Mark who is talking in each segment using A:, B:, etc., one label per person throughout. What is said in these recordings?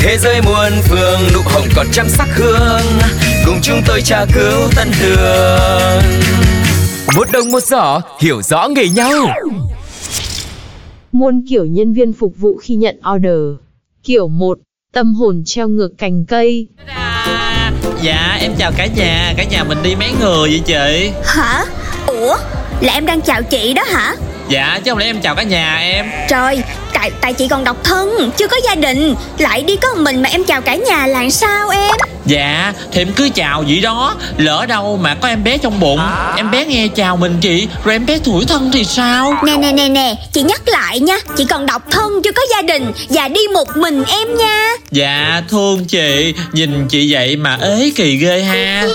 A: Thế giới muôn phương nụ hồng còn trăm sắc hương Cùng chúng tôi tra cứu tân đường Một đồng một giỏ hiểu rõ nghề nhau
B: muôn kiểu nhân viên phục vụ khi nhận order. Kiểu 1. Tâm hồn treo ngược cành cây.
C: À, dạ em chào cả nhà cả nhà mình đi mấy người vậy chị
D: Hả? Ủa? Là em đang chào chị đó hả?
C: dạ chứ không lẽ em chào cả nhà em
D: Trời, tại tại chị còn độc thân, chưa có gia đình Lại đi có một mình mà em chào cả nhà là sao em?
C: dạ thì em cứ chào vậy đó lỡ đâu mà có em bé trong bụng em bé nghe chào mình chị rồi em bé tuổi thân thì sao
D: Nè nè nè nè, chị nhắc lại nha Chị còn độc thân, chưa có gia đình Và đi một mình em nha
C: dạ thương chị nhìn chị vậy mà ế kỳ ghê ha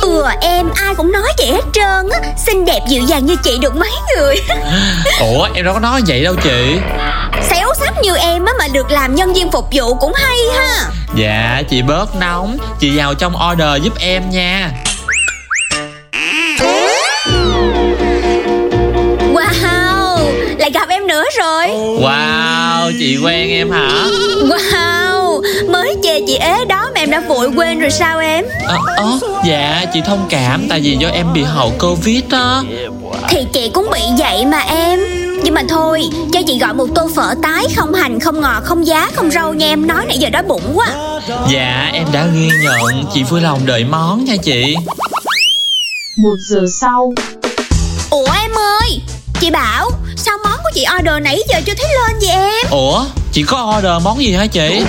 D: Ừa em, ai cũng nói vậy hết trơn á Xinh đẹp dịu dàng như chị được mấy người
C: ủa em đâu có nói vậy đâu chị
D: Xéo sắp như em á mà được làm nhân viên phục vụ cũng hay ha
C: dạ chị bớt nóng chị vào trong order giúp em nha
D: Wow, lại gặp em nữa rồi
C: wow chị quen em hả
D: Wow, mới chê chị ế đó mà em đã vội quên rồi sao em?
C: ờ ờ, dạ chị thông cảm tại vì do em bị hậu covid á
D: Thì chị cũng bị vậy mà em Nhưng mà thôi, cho chị gọi một tô phở tái không hành, không ngọt, không giá, không rau nha em Nói nãy giờ đói bụng quá
C: Dạ em đã ghi nhận Chị vui lòng đợi món nha chị
B: 1 giờ sau.
D: Ủa em ơi, chị bảo Sao món của chị order nãy giờ chưa thấy lên vậy em?
C: Ủa chị có order món gì hả chị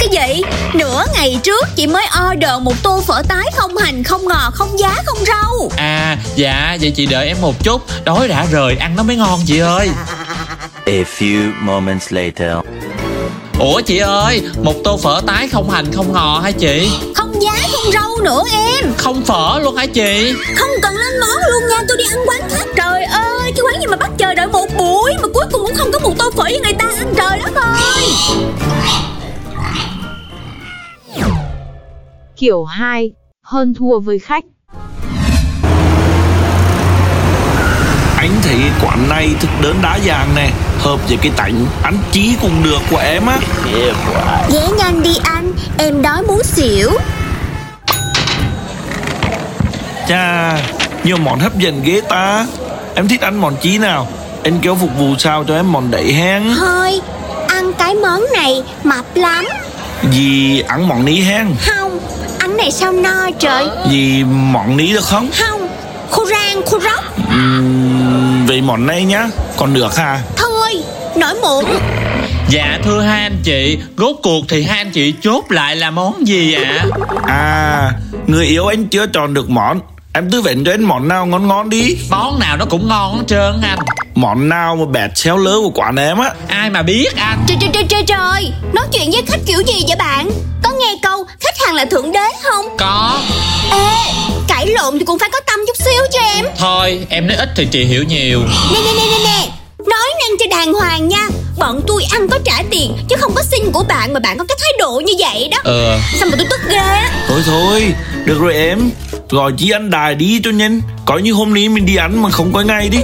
D: Cái gì? Nửa ngày trước chị mới order một tô phở tái không hành, không ngọt, không giá, không rau
C: À dạ vậy chị đợi em một chút Đói đã rồi ăn nó mới ngon chị ơi
E: A few moments later
C: Ủa chị ơi Một tô phở tái không hành không ngò hả chị
D: Không giá, không rau nữa em
C: Không phở luôn hả chị
D: Không cần lên món luôn nha, tôi đi ăn quán khác Trời ơi, cái quán gì mà bắt chờ đợi một buổi Mà cuối cùng cũng không có một tô phở như người ta ăn trời đất ơi
B: Kiểu 2. Hơn thua với khách.
F: Anh thấy quán này thực đơn đa dạng nè Hợp với cái tánh ăn chí cũng được của em á
D: Ghé nhanh đi anh, em đói muốn xỉu
F: Chà, nhiều món hấp dẫn ghê ta Em thích ăn món chí nào Anh kéo phục vụ sao cho em món đẩy hen
D: Thôi, ăn cái món này mập lắm
F: Gì ăn món ní hen
D: Không, ăn này sao no trời
F: Gì món ní được không
D: Không, khô rang, khô róc
F: Ừm, Vậy món này nhá Còn được ha
D: Thôi, nổi muộn
C: Dạ thưa hai anh chị Rốt cuộc thì hai anh chị chốt lại là món gì ạ
F: À, người yêu anh chưa chọn được món Em tư vấn cho anh món nào ngon ngon đi
C: Món nào nó cũng ngon hết trơn anh
F: Món nào mà bẹt xéo lớ của quán em á
C: Ai mà biết anh
D: Trời trời trời trời trời Nói chuyện với khách kiểu gì vậy bạn Có nghe câu khách hàng là thượng đế không
C: Có
D: Ê, cãi lộn thì cũng phải có tâm chút xíu cho em
C: Thôi em nói ít thì chị hiểu nhiều
D: Nè nè nè nè nè Nói năng cho đàng hoàng nha Bọn tôi ăn có trả tiền Chứ không có xin của bạn mà bạn có cái thái độ như vậy đó
C: Ờ
D: Sao mà tôi tức ghê á
F: Thôi thôi, được rồi em Gọi chị ăn đài đi cho nhanh Có như hôm nay mình đi ăn mà không có ngay đi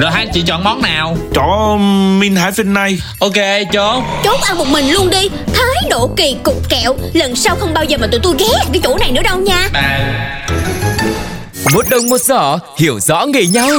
C: Rồi hai anh chị chọn món nào
F: Cho mình hai phần này
C: Ok chốt
D: Chốt ăn một mình luôn đi Thái độ kỳ cục kẹo Lần sau không bao giờ mà tụi tôi ghé cái chỗ này nữa đâu nha
A: Một đồng một giỏ hiểu rõ nghề nhau